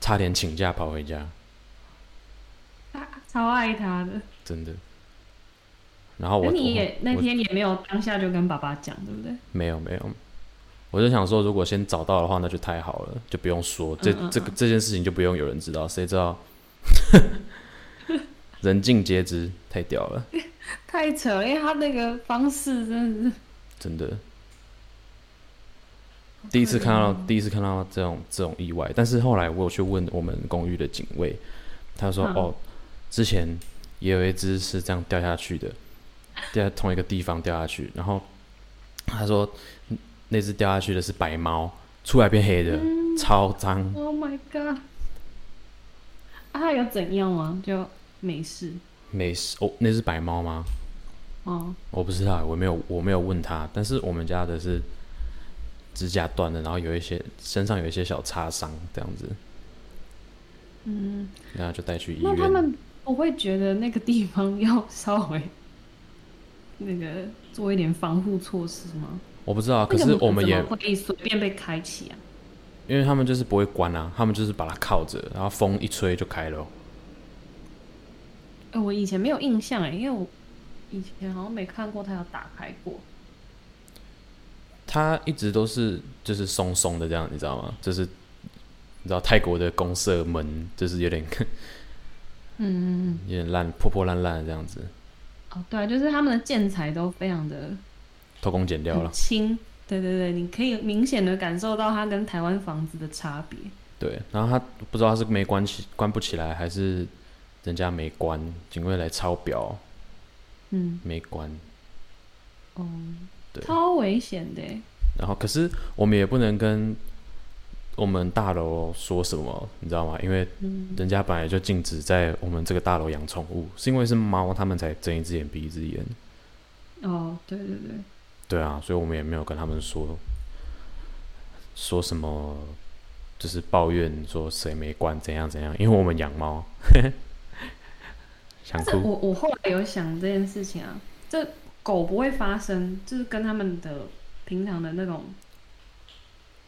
[SPEAKER 1] 差点请假跑回家，
[SPEAKER 2] 超爱他的。
[SPEAKER 1] 真的。然后
[SPEAKER 2] 那
[SPEAKER 1] 我
[SPEAKER 2] 你
[SPEAKER 1] 我
[SPEAKER 2] 也那
[SPEAKER 1] 我
[SPEAKER 2] 天也没有当下就跟爸爸讲，对不对？
[SPEAKER 1] 没有没有，我就想说，如果先找到的话，那就太好了，就不用说这、
[SPEAKER 2] 嗯嗯
[SPEAKER 1] 这个这件事情就不用有人知道，谁知道？ 人尽皆知，太屌了，
[SPEAKER 2] 太扯了，因为他那个方式真的是
[SPEAKER 1] 真的。第一次看
[SPEAKER 2] 哦
[SPEAKER 1] 到，第一次看到这种这种意外，但是后来我有去问我们公寓的警卫，他说、
[SPEAKER 2] 嗯
[SPEAKER 1] 哦，之前也有一只是这样掉下去的，掉在同一个地方掉下去，然后他说嗯那只掉下去的是白猫，出来变黑的，
[SPEAKER 2] 嗯
[SPEAKER 1] 超脏，
[SPEAKER 2] Oh my god！啊，他有怎样吗？就没事
[SPEAKER 1] 没事哦，那只白猫吗？
[SPEAKER 2] 哦。
[SPEAKER 1] 我不知道，我没有我没有问他，但是我们家的是指甲断了，然后有一些身上有一些小擦伤这样子，
[SPEAKER 2] 嗯，
[SPEAKER 1] 然啊后就带去医
[SPEAKER 2] 那他
[SPEAKER 1] 院。
[SPEAKER 2] 们不会觉得那个地方要稍微那个做一点防护措施吗？
[SPEAKER 1] 我不知道，可
[SPEAKER 2] 那
[SPEAKER 1] 是
[SPEAKER 2] 个
[SPEAKER 1] 我们
[SPEAKER 2] 门
[SPEAKER 1] 也
[SPEAKER 2] 怎么会随便被开启啊？
[SPEAKER 1] 因为他们就是不会关啊，他们就是把它靠着，然后风一吹就开了。
[SPEAKER 2] 哎、我以前没有印象哎，因为我以前好像没看过他有打开过。
[SPEAKER 1] 它一直都是就是松松的这样，你知道吗？就是你知道泰国的公社门就是有点
[SPEAKER 2] 嗯嗯
[SPEAKER 1] 有点烂破破烂烂的这样子，
[SPEAKER 2] 嗯，哦对啊，就是他们的建材都非常的
[SPEAKER 1] 偷工减料了
[SPEAKER 2] 很。轻，对对对，你可以明显的感受到它跟台湾房子的差别。
[SPEAKER 1] 对，然后他不知道他是没关起关不起来，还是人家没关，警卫来抄表
[SPEAKER 2] 嗯，
[SPEAKER 1] 没关。
[SPEAKER 2] 哦，
[SPEAKER 1] 对
[SPEAKER 2] 超危险的耶。
[SPEAKER 1] 然后可是我们也不能跟我们大楼说什么，你知道吗？因为
[SPEAKER 2] 嗯，
[SPEAKER 1] 人家本来就禁止在我们这个大楼养宠物，是因为是猫，他们才睁一只眼闭一只眼。
[SPEAKER 2] 哦，对对对，
[SPEAKER 1] 对啊，所以我们也没有跟他们说说什么，就是抱怨说谁没关怎样怎样，因为我们养猫， 想
[SPEAKER 2] 但是
[SPEAKER 1] 哭。
[SPEAKER 2] 我我后来有想这件事情啊，这狗不会发生，就是跟他们的平常的那种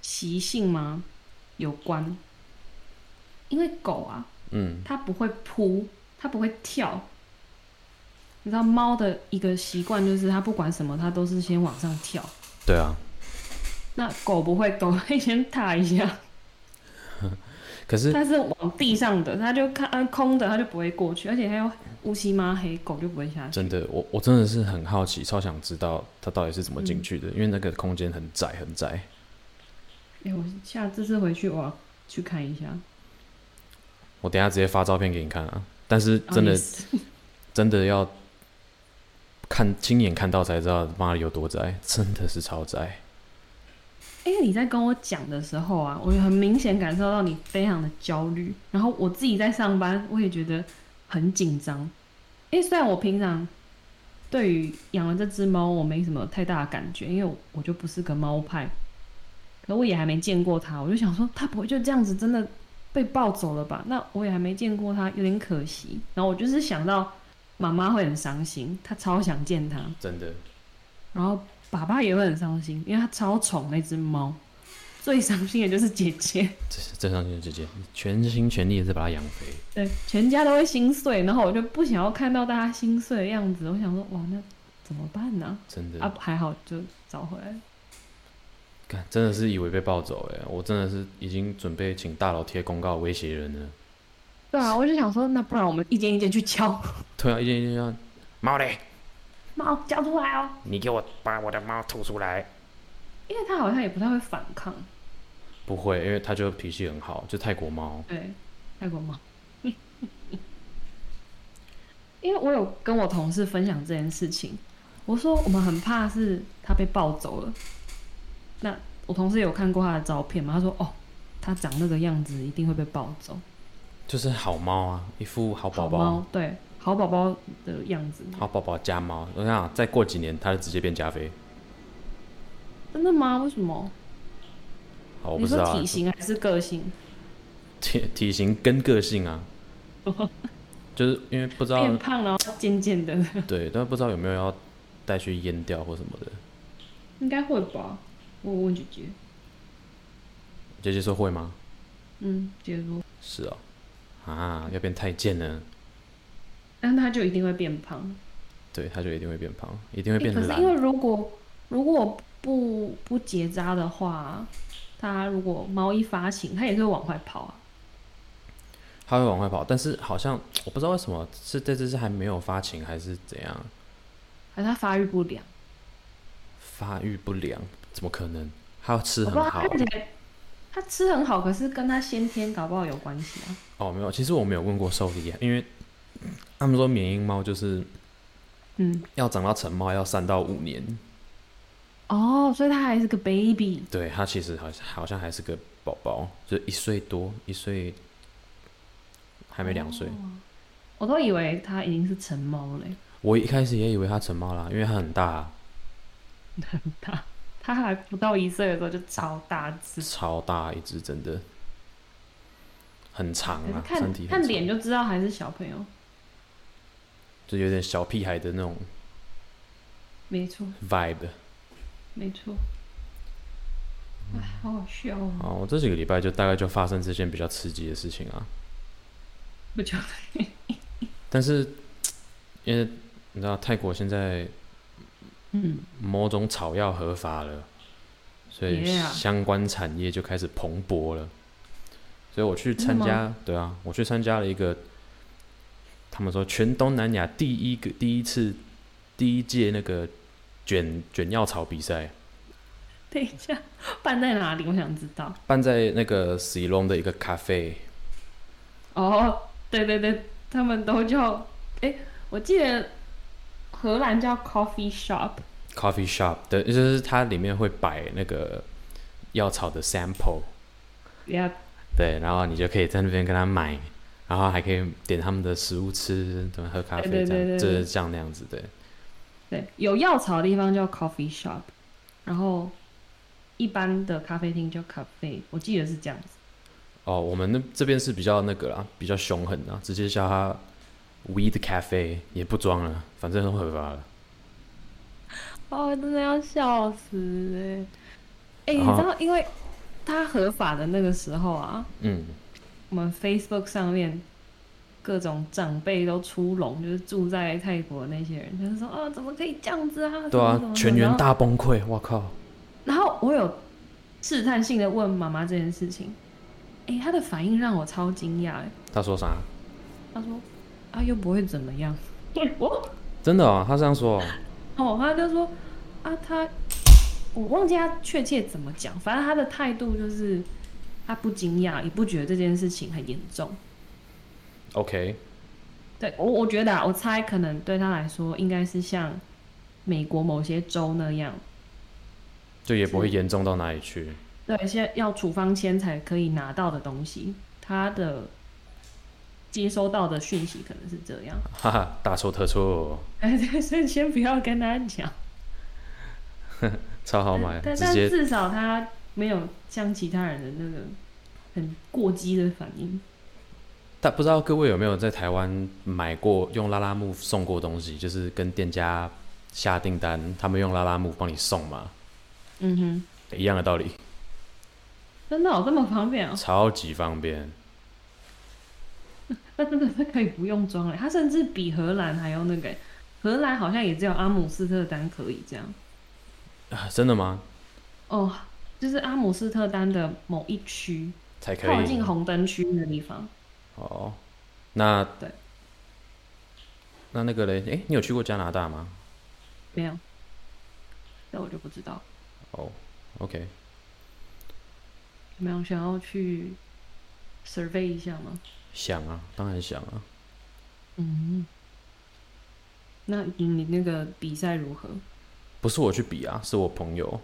[SPEAKER 2] 习性吗有关？因为狗啊，
[SPEAKER 1] 嗯，
[SPEAKER 2] 它不会扑，它不会跳。你知道猫的一个习惯就是，它不管什么，它都是先往上跳。
[SPEAKER 1] 对啊。
[SPEAKER 2] 那狗不会，狗会先踏一下，
[SPEAKER 1] 可是
[SPEAKER 2] 它是往地上的，它就看啊空的，它就不会过去，而且还有乌漆嘛黑，狗就不会下去。
[SPEAKER 1] 真的，我我真的是很好奇，超想知道它到底是怎么进去的，因为那个空间很窄很窄。
[SPEAKER 2] 哎、我下这次回去我要去看一下。
[SPEAKER 1] 我等一下直接发照片给你看啊，但是
[SPEAKER 2] 哦
[SPEAKER 1] 真的、
[SPEAKER 2] 也是
[SPEAKER 1] 真的要看亲眼看到才知道，妈的有多窄，真的是超窄。
[SPEAKER 2] 哎、你在跟我讲的时候啊，我就很明显感受到你非常的焦虑，然后我自己在上班，我也觉得很紧张。因为虽然我平常对于养了这只猫我没什么太大的感觉，因为我我就不是个猫派，可我也还没见过它，我就想说它不会就这样子真的被抱走了吧？那我也还没见过它，有点可惜。然后我就是想到妈妈会很伤心，她超想见它。
[SPEAKER 1] 真的，
[SPEAKER 2] 然后爸爸也会很伤心，因为他超宠那只猫，最伤心的就是姐姐，
[SPEAKER 1] 这是正上心姐姐，全心全力的把它养肥。
[SPEAKER 2] 对，全家都会心碎。然后我就不想要看到大家心碎的样子，我想说，哇，那怎么办呢、
[SPEAKER 1] 真的，
[SPEAKER 2] 啊，还好就找回来了。
[SPEAKER 1] 干真的是以为被抱走哎、我真的是已经准备请大佬贴公告威胁人了。
[SPEAKER 2] 对啊，我就想说，那不然我们一间一间去敲
[SPEAKER 1] 对啊，一件一件要
[SPEAKER 3] 猫嘞，
[SPEAKER 2] 猫，叫出来哦，
[SPEAKER 3] 你给我把我的猫吐出来！
[SPEAKER 2] 因为它好像也不太会反抗。
[SPEAKER 1] 不会，因为它就脾气很好，就泰国猫。
[SPEAKER 2] 对，泰国猫。 因为我有跟我同事分享这件事情，我说我们很怕是他被抱走了。那我同事有看过他的照片嘛？他说哦，他长那个样子一定会被抱走，
[SPEAKER 1] 就是好猫啊，一副好宝
[SPEAKER 2] 好
[SPEAKER 1] 宝
[SPEAKER 2] 猫，对，好宝宝的样子。
[SPEAKER 1] 好宝宝加猫。我想再过几年，它就直接变加菲。
[SPEAKER 2] 真的吗？为什么？
[SPEAKER 1] 好，我
[SPEAKER 2] 你
[SPEAKER 1] 不知道、
[SPEAKER 2] 说
[SPEAKER 1] 啊
[SPEAKER 2] 体，型还是个性？
[SPEAKER 1] 体 体型跟个性 啊，就是因为不知道
[SPEAKER 2] 变胖然后尖尖的，
[SPEAKER 1] 对，但不知道有没有要带去阉掉或什么的。
[SPEAKER 2] 应该会吧？我问姐姐，
[SPEAKER 1] 姐姐说会吗？
[SPEAKER 2] 嗯，姐姐说，
[SPEAKER 1] 是哦，啊，要变太监了，
[SPEAKER 2] 但他就一定会变胖。
[SPEAKER 1] 对，它就一定会变胖，一定会
[SPEAKER 2] 欸
[SPEAKER 1] 变
[SPEAKER 2] 可是
[SPEAKER 1] 懒
[SPEAKER 2] 因。为如果如果不不结扎的话，它如果猫一发情，它也是会往外跑啊。
[SPEAKER 1] 它会往外跑，但是好像我不知道为什么是这只是还没有发情还是怎样，
[SPEAKER 2] 还是它发育不良？
[SPEAKER 1] 发育不良，怎么可能？它要吃
[SPEAKER 2] 我不
[SPEAKER 1] 很
[SPEAKER 2] 知道它
[SPEAKER 1] 好
[SPEAKER 2] 看起来它吃很好，可是跟它先天搞不好有关系啊。
[SPEAKER 1] 哦，没有，其实我没有问过兽医啊，因为他们说缅因猫就是
[SPEAKER 2] 嗯，
[SPEAKER 1] 要长到成猫要三到五年，
[SPEAKER 2] 哦，所以它还是个 baby。
[SPEAKER 1] 对，它其实好像好像还是个宝宝，就一岁多，一岁还没两岁。
[SPEAKER 2] 哦我都以为它已经是成猫嘞，
[SPEAKER 1] 我一开始也以为它成猫啦，因为它很大啊，
[SPEAKER 2] 它还不到一岁的时候就超大只，
[SPEAKER 1] 超大一只，真的很长
[SPEAKER 2] 可是
[SPEAKER 1] 啊，
[SPEAKER 2] 看
[SPEAKER 1] 身体很
[SPEAKER 2] 看
[SPEAKER 1] 长
[SPEAKER 2] 脸就知道还是小朋友。
[SPEAKER 1] 就有点小屁孩的那种
[SPEAKER 2] 没错，
[SPEAKER 1] vibe。
[SPEAKER 2] 没错。哎，好好笑哦。
[SPEAKER 1] 啊，我这几个礼拜就大概就发生这件比较刺激的事情啊，
[SPEAKER 2] 不就
[SPEAKER 1] 但是因为你知道泰国现在
[SPEAKER 2] 嗯。
[SPEAKER 1] 某种草药合法了，所以
[SPEAKER 2] Yeah
[SPEAKER 1] 相关产业就开始蓬勃了。所以我去
[SPEAKER 2] 真的
[SPEAKER 1] 参
[SPEAKER 2] 吗
[SPEAKER 1] 加，对啊，我去参加了一个，他们说全东南亚第一个第一次第一届那个卷卷药草比赛，
[SPEAKER 2] 等一下，办在哪里？我想知道。
[SPEAKER 1] 办在那个 c e l o n 的一个咖啡，
[SPEAKER 2] 哦，对对对，他们都叫，哎，我记得荷兰叫 coffee shop。
[SPEAKER 1] coffee shop 的，就是它里面会摆那个药草的 sample，
[SPEAKER 2] Yep，
[SPEAKER 1] 对，然后你就可以在那边跟他买，然后还可以点他们的食物吃，怎么喝咖啡
[SPEAKER 2] 对对
[SPEAKER 1] 这样，
[SPEAKER 2] 对对
[SPEAKER 1] 就是
[SPEAKER 2] 对
[SPEAKER 1] 像那样子，对，
[SPEAKER 2] 对，有药草的地方叫 coffee shop，然后一般的咖啡厅叫 cafe，我记得是这样子。
[SPEAKER 1] 哦，我们那这边是比较那个啦，比较凶狠啊，直接叫它 weed cafe 也不装了，反正都合法了。
[SPEAKER 2] 哦，真的要笑死哎、哎、你
[SPEAKER 1] 好
[SPEAKER 2] 知道，因为它合法的那个时候啊，
[SPEAKER 1] 嗯，
[SPEAKER 2] 我们 Facebook 上面各种长辈都出笼，就是住在泰国的那些人，就是说啊，怎么可以这样子啊？
[SPEAKER 1] 对啊
[SPEAKER 2] 怎么怎么怎么，
[SPEAKER 1] 全员大崩溃，我靠，
[SPEAKER 2] 然后。然后我有试探性的问妈妈这件事情，哎、她的反应让我超惊讶哎，
[SPEAKER 1] 他说啥？
[SPEAKER 2] 她说啊，又不会怎么样。我
[SPEAKER 1] 真的哦，他这样说哦，
[SPEAKER 2] 哦，他就说啊，他我忘记他确切怎么讲，反正他的态度就是他不惊讶，也不觉得这件事情很严重。
[SPEAKER 1] OK，
[SPEAKER 2] 对我，我觉得、啊，我猜可能对他来说，应该是像美国某些州那样，
[SPEAKER 1] 就也不会严重到哪里去。
[SPEAKER 2] 对，现在要处方签才可以拿到的东西，他的接收到的讯息可能是这样。
[SPEAKER 1] 哈哈，大错哦特错，
[SPEAKER 2] 哎，对，所以先不要跟他讲。
[SPEAKER 1] 超好买，
[SPEAKER 2] 但
[SPEAKER 1] 直
[SPEAKER 2] 但
[SPEAKER 1] 接
[SPEAKER 2] 至少他没有像其他人的那个很过激的反应。
[SPEAKER 1] 但不知道各位有没有在台湾买过用拉拉木送过东西，就是跟店家下订单，他们用拉拉木帮你送嘛，
[SPEAKER 2] 嗯哼，
[SPEAKER 1] 一样的道理，
[SPEAKER 2] 真的、哦、这么方便哦？
[SPEAKER 1] 超级方便。
[SPEAKER 2] 那真的是可以不用装了。它甚至比荷兰还要那个欸，荷兰好像也只有阿姆斯特丹可以这样。
[SPEAKER 1] 啊真的吗？
[SPEAKER 2] 哦，就是阿姆斯特丹的某一区，
[SPEAKER 1] 才可
[SPEAKER 2] 靠
[SPEAKER 1] 以
[SPEAKER 2] 近红灯区那个地方。
[SPEAKER 1] 哦。那
[SPEAKER 2] 对，
[SPEAKER 1] 那那个嘞，诶，你有去过加拿大吗？
[SPEAKER 2] 没有，那我就不知道。
[SPEAKER 1] 哦，OK，
[SPEAKER 2] 有没有想要去 survey 一下吗？
[SPEAKER 1] 想啊，当然想啊。
[SPEAKER 2] 嗯，那你你那个比赛如何？
[SPEAKER 1] 不是我去比啊，是我朋友，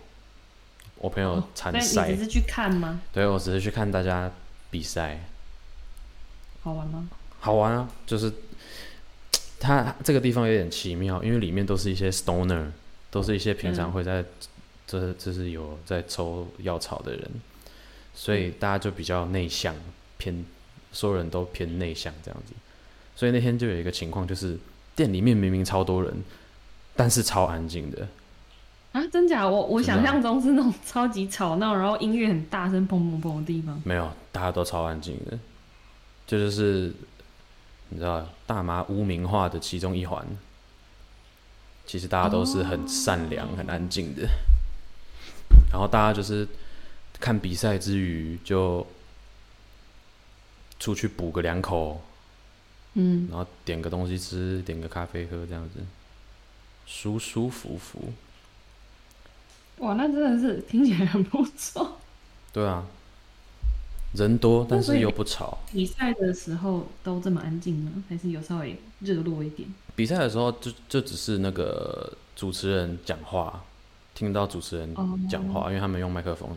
[SPEAKER 1] 我朋友
[SPEAKER 2] 哦
[SPEAKER 1] 参
[SPEAKER 2] 但
[SPEAKER 1] 赛，
[SPEAKER 2] 你只是去看吗？
[SPEAKER 1] 对我只是去看大家比赛，
[SPEAKER 2] 好玩吗？
[SPEAKER 1] 好玩啊，就是它这个地方有点奇妙，因为里面都是一些 stoner，都是一些平常
[SPEAKER 2] 嗯
[SPEAKER 1] 会在，这就是有在抽药草的人，所以大家就比较内向，偏所有人都偏内向这样子，所以那天就有一个情况，就是店里面明明超多人，但是超安静的，
[SPEAKER 2] 啊，真假？我我
[SPEAKER 1] 真
[SPEAKER 2] 想
[SPEAKER 1] 的啊
[SPEAKER 2] 象中是那种超级吵闹，然后音乐很大声，砰砰砰的地方。
[SPEAKER 1] 没有，大家都超安静的，这就是你知道大麻污名化的其中一环。其实大家都是很善良、很安静的，然后大家就是看比赛之余就出去补个两口，
[SPEAKER 2] 嗯，
[SPEAKER 1] 然后点个东西吃，点个咖啡喝，这样子舒舒服服。
[SPEAKER 2] 哇，那真的是听起来很不错。
[SPEAKER 1] 对啊，人多但
[SPEAKER 2] 那所
[SPEAKER 1] 是
[SPEAKER 2] 以
[SPEAKER 1] 又不吵。
[SPEAKER 2] 比赛的时候都这么安静吗？还是有稍微热络一点？
[SPEAKER 1] 比赛的时候就就只是那个主持人讲话，听到主持人
[SPEAKER 2] 哦
[SPEAKER 1] 讲话，因为他们用麦克风。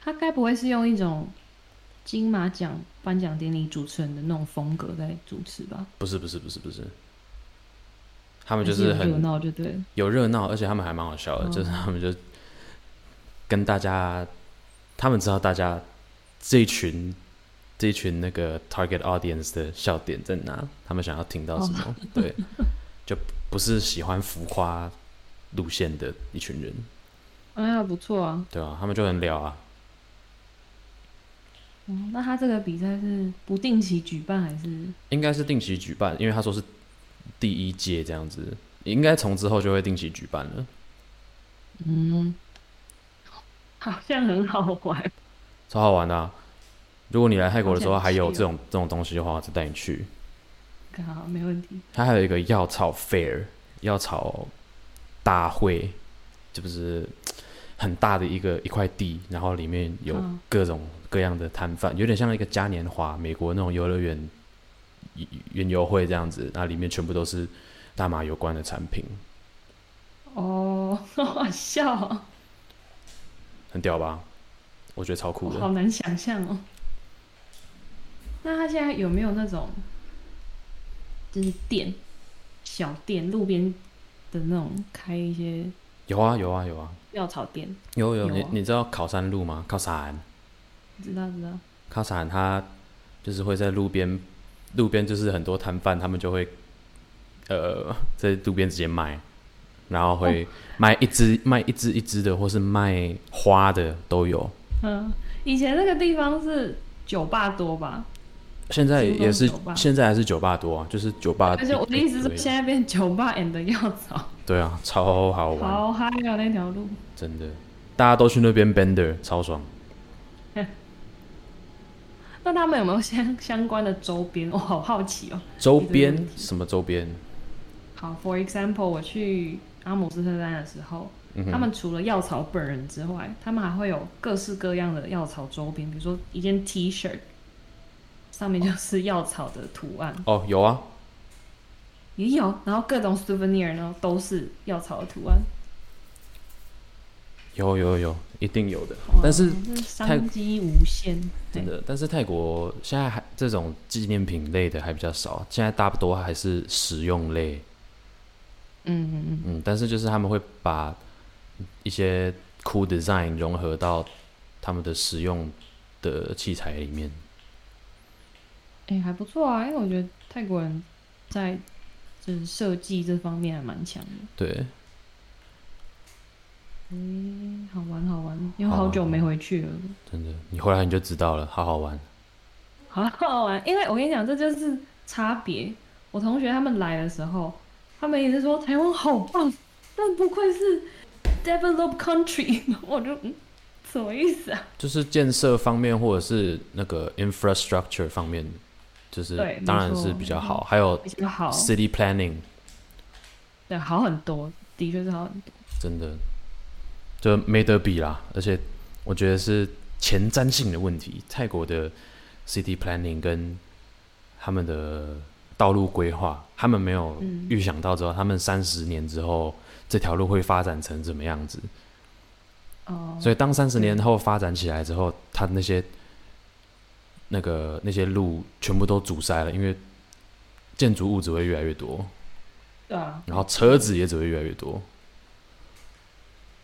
[SPEAKER 2] 他该不会是用一种金马奖颁奖典礼主持人的那种风格在主持吧？
[SPEAKER 1] 不是不是不是不是，他
[SPEAKER 2] 他
[SPEAKER 1] 们哦就
[SPEAKER 2] 有
[SPEAKER 1] 是
[SPEAKER 2] 热
[SPEAKER 1] 很
[SPEAKER 2] 闹，就对了。
[SPEAKER 1] 有热闹，而且他们还蛮好笑的，
[SPEAKER 2] 哦
[SPEAKER 1] 就是他们就跟大家，他们知道大家这一群这一群那个 target audience 的笑点在哪，他们想要听到什
[SPEAKER 2] 哦
[SPEAKER 1] 么，对，就不是喜欢浮夸路线的一群人，
[SPEAKER 2] 哎呀，不错啊。
[SPEAKER 1] 对啊？他们就很聊啊。
[SPEAKER 2] 嗯，那他这个比赛是不定期举办还是？
[SPEAKER 1] 应该是定期举办，因为他说是第一届这样子，应该从之后就会定期举办了，
[SPEAKER 2] 嗯，好像很好玩。
[SPEAKER 1] 超好玩的啊、如果你来泰国的时候
[SPEAKER 2] 好想
[SPEAKER 1] 还
[SPEAKER 2] 去
[SPEAKER 1] 有
[SPEAKER 2] 哦
[SPEAKER 1] 这种这种东西的话，我再带你去。
[SPEAKER 2] 好，没问题。
[SPEAKER 1] 它还有一个药草 fair，药草大会，这不是很大的一个一块地，然后里面有
[SPEAKER 2] 嗯
[SPEAKER 1] 各种各样的摊贩，有点像一个嘉年华，美国那种游乐园园游会这样子，那里面全部都是大麻有关的产品，
[SPEAKER 2] 哦，好笑哦、
[SPEAKER 1] 很屌吧？我觉得超酷
[SPEAKER 2] 我
[SPEAKER 1] 的。
[SPEAKER 2] 好难想象哦。那他现在有没有那种，就是店、小店、路边的那种开一些
[SPEAKER 1] 有啊有啊有啊
[SPEAKER 2] 药草店？
[SPEAKER 1] 有有，
[SPEAKER 2] 有
[SPEAKER 1] 你
[SPEAKER 2] 啊
[SPEAKER 1] 你知道考山路吗？考山，
[SPEAKER 2] 知道知道。
[SPEAKER 1] 考山，它就是会在路边，路边就是很多摊贩，他们就会呃在路边直接卖，然后
[SPEAKER 2] 哦
[SPEAKER 1] 会卖一只、卖一只一只的，或是卖花的都有。
[SPEAKER 2] 嗯，以前那个地方是酒吧多吧？
[SPEAKER 1] 现在也是
[SPEAKER 2] 什么都有吧，
[SPEAKER 1] 现在还是酒吧多啊，就是酒吧一
[SPEAKER 2] 而
[SPEAKER 1] 堆。
[SPEAKER 2] 且我的意思是，现在变酒吧 and 药草，
[SPEAKER 1] 对啊，超好玩，
[SPEAKER 2] 好嗨啊那条路。
[SPEAKER 1] 真的，大家都去那边 bender，超爽。
[SPEAKER 2] 那他们有没有相相关的周边？我好好奇哦。
[SPEAKER 1] 周
[SPEAKER 2] 一堆
[SPEAKER 1] 边
[SPEAKER 2] 问题
[SPEAKER 1] 什么周边？
[SPEAKER 2] 好，for example，我去阿姆斯特丹的时候，他们除了药草本人之外，他们还会有各式各样的药草周边，比如说一件 T 恤，上面就是药草的图案，
[SPEAKER 1] 哦，有啊，
[SPEAKER 2] 也有，然后各种 souvenir 呢都是药草的图案。
[SPEAKER 1] 有有有，一定有的
[SPEAKER 2] 哇。
[SPEAKER 1] 但是
[SPEAKER 2] 这
[SPEAKER 1] 泰
[SPEAKER 2] 商机无限，哦对
[SPEAKER 1] 真，的，但是泰国现在还这种纪念品类的还比较少，现在大多还是实用类。
[SPEAKER 2] 嗯嗯嗯，
[SPEAKER 1] 嗯，但是就是他们会把一些 cool design 融合到他们的实用的器材里面。
[SPEAKER 2] 哎、还不错啊，因为我觉得泰国人在就是设计这方面还蛮强的。
[SPEAKER 1] 对，
[SPEAKER 2] 哎、好玩好玩，因为
[SPEAKER 1] 好玩
[SPEAKER 2] 好久
[SPEAKER 1] 好
[SPEAKER 2] 没
[SPEAKER 1] 玩
[SPEAKER 2] 回去了。
[SPEAKER 1] 真的，你回来你就知道了，好好玩。
[SPEAKER 2] 好好玩，因为我跟你讲，这就是差别。我同学他们来的时候，他们也是说台湾好棒，但不愧是 developed country，我 就嗯，什么意思啊？
[SPEAKER 1] 就是建设方面或者是那个 infrastructure 方面，就是
[SPEAKER 2] 对没
[SPEAKER 1] 当然是
[SPEAKER 2] 错嗯
[SPEAKER 1] 比较好，还有
[SPEAKER 2] 比较好，
[SPEAKER 1] city planning
[SPEAKER 2] 对，好很多，的确是好很多。
[SPEAKER 1] 真的就没得比啦。而且我觉得是前瞻性的问题，泰国的 city planning 跟他们的道路规划，他们没有
[SPEAKER 2] 嗯
[SPEAKER 1] 预想到之后，他们三十年之后这条路会发展成怎么样子。
[SPEAKER 2] 哦、
[SPEAKER 1] 所以当三十年后发展起来之后，它那些那个那些路全部都阻塞了，因为建筑物只会越来越多，
[SPEAKER 2] 对啊，
[SPEAKER 1] 然后车子也只会越来越多。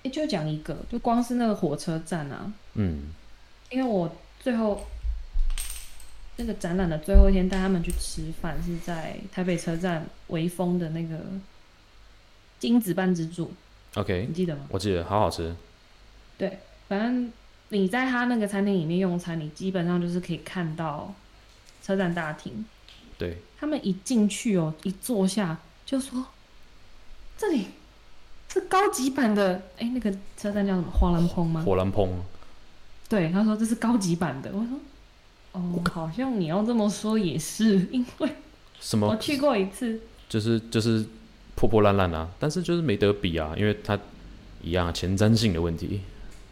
[SPEAKER 2] 诶就讲一个，就光是那个火车站啊，
[SPEAKER 1] 嗯，
[SPEAKER 2] 因为我最后那个展览的最后一天带他们去吃饭，是在台北车站微风的那个金子半之助，
[SPEAKER 1] OK，
[SPEAKER 2] 你记得吗？
[SPEAKER 1] 我记得好好吃。
[SPEAKER 2] 反正你在他那个餐厅里面用餐，你基本上就是可以看到车站大厅。
[SPEAKER 1] 对，
[SPEAKER 2] 他们一进去哦，一坐下就说：“这里是高级版的，哎，那个车站叫什么？华兰蓬吗？”
[SPEAKER 1] 火龙烹
[SPEAKER 2] 对，他说这是高级版的。我说，哦，好像你要这么说也是，因为
[SPEAKER 1] 什
[SPEAKER 2] 我
[SPEAKER 1] 么
[SPEAKER 2] 去过一次。
[SPEAKER 1] 就是就是破破烂烂啊，但是就是没得比啊，因为它一样啊前瞻性的问题。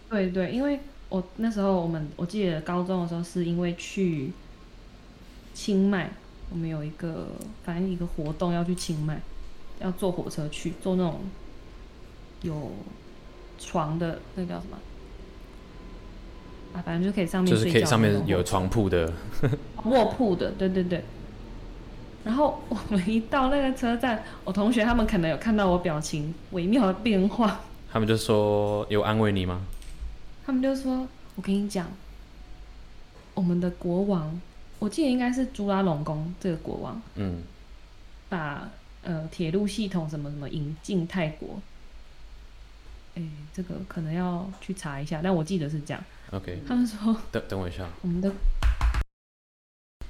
[SPEAKER 2] 对对，因为我那时候我们我记得高中的时候是因为去清迈，我们有一个反正一个活动要去清迈，要坐火车去，坐那种有床的那叫什么？啊，反正就可以上面
[SPEAKER 1] 就是
[SPEAKER 2] 睡
[SPEAKER 1] 可以
[SPEAKER 2] 觉
[SPEAKER 1] 上
[SPEAKER 2] 的那种
[SPEAKER 1] 面有
[SPEAKER 2] 火
[SPEAKER 1] 床铺的，
[SPEAKER 2] 卧铺的，对对对。然后我们一到那个车站，我同学他们可能有看到我表情微妙的变化，
[SPEAKER 1] 他们就说有安慰你吗？
[SPEAKER 2] 他们就说：“我跟你讲，我们的国王，我记得应该是朱拉隆功这个国王，
[SPEAKER 1] 嗯，
[SPEAKER 2] 把呃铁路系统什么什么引进泰国。”哎，这个可能要去查一下，但我记得是这样。
[SPEAKER 1] OK，
[SPEAKER 2] 他们说
[SPEAKER 1] 等等我一下，
[SPEAKER 2] 我们的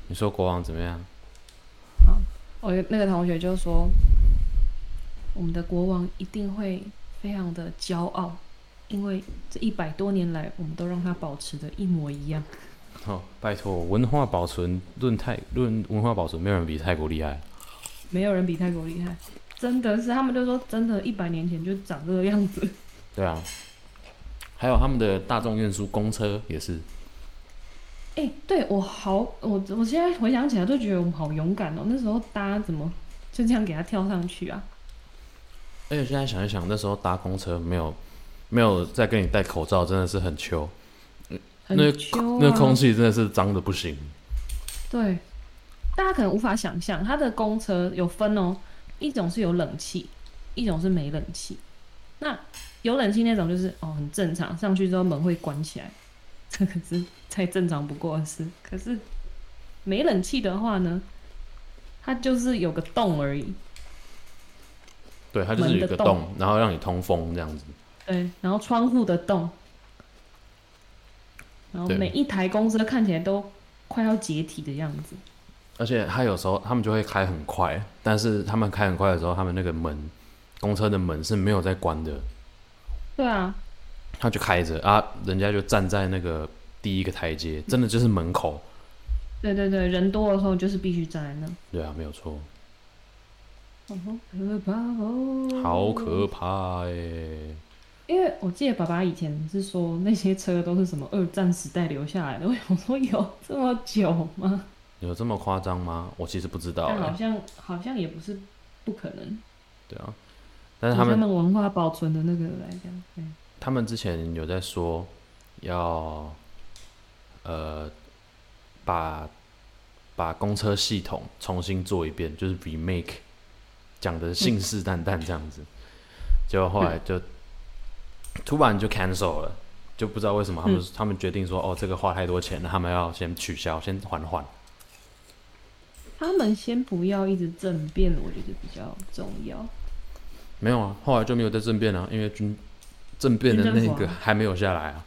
[SPEAKER 1] 你说国王怎么样？
[SPEAKER 2] 我那个同学就说，我们的国王一定会非常的骄傲，因为这一百多年来，我们都让他保持的一模一样。
[SPEAKER 1] 哦，拜托，文化保存论泰论文化保存，没有人比泰国厉害。
[SPEAKER 2] 没有人比泰国厉害，真的是，他们就说真的，一百年前就长这个样子。
[SPEAKER 1] 对啊，还有他们的大众运输公车也是，
[SPEAKER 2] 哎、对我好，我我现在回想起来都觉得我们好勇敢哦，那时候大家怎么就这样给他跳上去啊？
[SPEAKER 1] 而哎且现在想一想，那时候搭公车没有没有再跟你戴口罩，真的是很糗，
[SPEAKER 2] 很
[SPEAKER 1] 那
[SPEAKER 2] 秋啊、
[SPEAKER 1] 那空气真的是脏的不行。
[SPEAKER 2] 对，大家可能无法想象，它的公车有分哦，一种是有冷气，一种是没冷气。那有冷气那种就是哦很正常，上去之后门会关起来， 这个是再正常不过的事。可是没冷气的话呢，它就是有个洞而已。
[SPEAKER 1] 对，它就是有一个
[SPEAKER 2] 门的洞
[SPEAKER 1] 洞，然后让你通风这样子。
[SPEAKER 2] 对，然后窗户的洞，然后
[SPEAKER 1] 对
[SPEAKER 2] 每一台公车看起来都快要解体的样子。
[SPEAKER 1] 而且它有时候他们就会开很快，但是他们开很快的时候，他们那个门，公车的门是没有在关的，
[SPEAKER 2] 对啊，
[SPEAKER 1] 他就开着啊，人家就站在那个第一个台阶，真的就是门口。
[SPEAKER 2] 对对对，人多的时候就是必须站在那。
[SPEAKER 1] 对啊，没有错，
[SPEAKER 2] 哦，好可怕哦！
[SPEAKER 1] 好可怕耶！
[SPEAKER 2] 因为我记得爸爸以前是说那些车都是什么二战时代留下来的，我 想说有这么久吗？
[SPEAKER 1] 有这么夸张吗？我其实不知道
[SPEAKER 2] 但好
[SPEAKER 1] 耶。
[SPEAKER 2] 像好像也不是不可能。
[SPEAKER 1] 对啊，但是
[SPEAKER 2] 以
[SPEAKER 1] 他
[SPEAKER 2] 他
[SPEAKER 1] 们
[SPEAKER 2] 们文化保存的那个来讲，对
[SPEAKER 1] 他们之前有在说要，呃，把把公车系统重新做一遍，就是 remake，讲的信誓旦旦这样子，结果后来就、突然就 cancel 了，就不知道为什么他
[SPEAKER 2] 嗯
[SPEAKER 1] 们、他们决定说哦这个花太多钱了，他们要先取消，先缓缓。
[SPEAKER 2] 他们先不要一直政变，我觉得比较重要。
[SPEAKER 1] 没有啊，后来就没有再政变了、因为军政变的
[SPEAKER 2] 军政
[SPEAKER 1] 那
[SPEAKER 2] 府啊
[SPEAKER 1] 个还没有下来啊，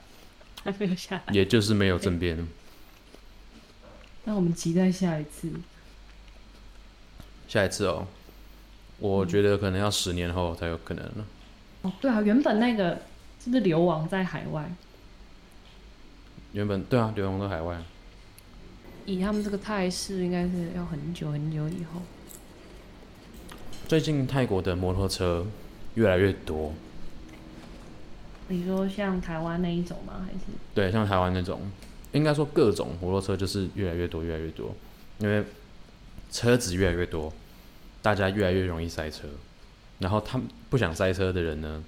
[SPEAKER 2] 还没有下来，
[SPEAKER 1] 也就是没有政变。
[SPEAKER 2] 那我们期待下一次。
[SPEAKER 1] 下一次哦，我觉得可能要十年后才有可能了。
[SPEAKER 2] 哦，对啊，原本那个是不是流亡在海外？
[SPEAKER 1] 原本对啊，流亡到海外，
[SPEAKER 2] 以他们这个态势，应该是要很久很久以后。
[SPEAKER 1] 最近泰国的摩托车越来越多，
[SPEAKER 2] 你说像台湾那一种吗？还是
[SPEAKER 1] 对，像台湾那种，应该说各种摩托车就是越来越多，越来越多，因为车子越来越多，大家越来越容易塞车，然后他们不想塞车的人呢，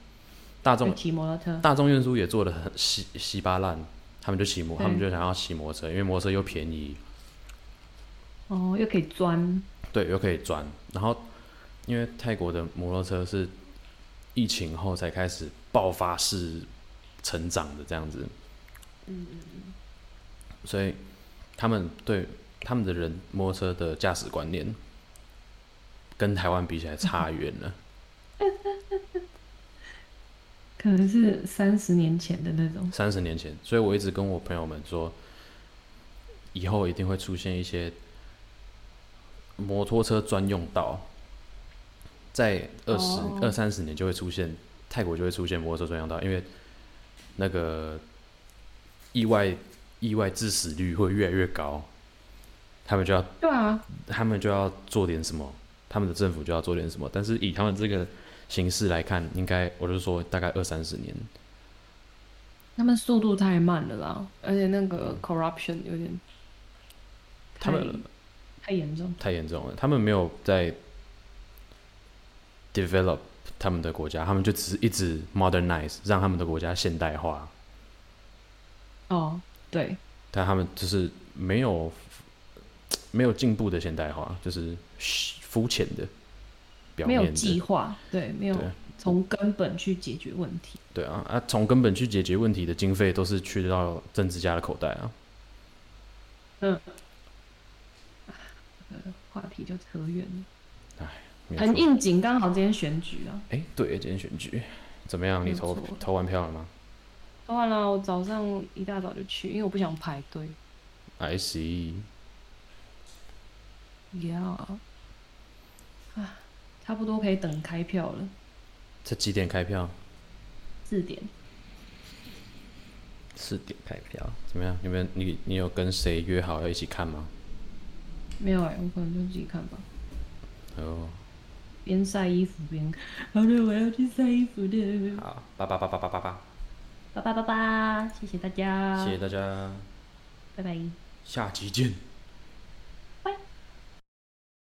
[SPEAKER 1] 大众
[SPEAKER 2] 会骑摩托车？
[SPEAKER 1] 大众运输也做的很稀稀巴烂，他们就骑摩，
[SPEAKER 2] 对
[SPEAKER 1] 他们就想要骑摩托车，因为摩托车又便宜，
[SPEAKER 2] 哦，又可以钻。
[SPEAKER 1] 对，又可以转。然后，因为泰国的摩托车是疫情后才开始爆发式成长的这样子，
[SPEAKER 2] 嗯
[SPEAKER 1] 所以他们对他们的人摩托车的驾驶观念跟台湾比起来 差远了。
[SPEAKER 2] 可能是三十年前的那种。
[SPEAKER 1] 三十年前，所以我一直跟我朋友们说，以后一定会出现一些摩托车专用道，在二十
[SPEAKER 2] 哦
[SPEAKER 1] 二三十年就会出现，泰国就会出现摩托车专用道，因为那个意外意外致死率会越来越高，他们就要
[SPEAKER 2] 对啊，
[SPEAKER 1] 他们就要做点什么，他们的政府就要做点什么。但是以他们这个形式来看，应该我就说大概二三十年。
[SPEAKER 2] 他们速度太慢了啦，而且那个 corruption 有点
[SPEAKER 1] 他
[SPEAKER 2] 太
[SPEAKER 1] 们
[SPEAKER 2] 太严重。
[SPEAKER 1] 太严重了，他们没有在 develop 他们的国家，他们就只是一直 modernize，让他们的国家现代化，
[SPEAKER 2] 哦，对，
[SPEAKER 1] 但他们就是没有没有进步的现代化，就是嘘肤浅的表
[SPEAKER 2] 没有
[SPEAKER 1] 面
[SPEAKER 2] 计
[SPEAKER 1] 的，
[SPEAKER 2] 划，对，没有
[SPEAKER 1] 对
[SPEAKER 2] 从根本去解决问题。
[SPEAKER 1] 对啊啊，从根本去解决问题的经费都是去到政治家的口袋啊，
[SPEAKER 2] 呃，话题就扯远了，
[SPEAKER 1] 没有
[SPEAKER 2] 很
[SPEAKER 1] 错。
[SPEAKER 2] 应景。刚好今天选举啊，
[SPEAKER 1] 哎，对，今天选举怎么样？
[SPEAKER 2] 没
[SPEAKER 1] 你
[SPEAKER 2] 有
[SPEAKER 1] 投
[SPEAKER 2] 错
[SPEAKER 1] 投完票了吗
[SPEAKER 2] 当然了，我早上一大早就去，因为我不想排队。
[SPEAKER 1] ？I see，
[SPEAKER 2] 也要啊，差不多可以等开票了，
[SPEAKER 1] 这几点开票？
[SPEAKER 2] 四点。
[SPEAKER 1] 四点开票，怎么样？你们你你有跟谁约好要一起看吗？
[SPEAKER 2] 没有哎、我可能就自己看吧，
[SPEAKER 1] 哦，
[SPEAKER 2] 边晒衣服边看。好了，我要去晒衣服了。
[SPEAKER 1] 好，八八八八八八八，
[SPEAKER 2] 拜拜拜拜，谢谢大家，
[SPEAKER 1] 谢谢大家，
[SPEAKER 2] 拜拜。
[SPEAKER 1] 下集见。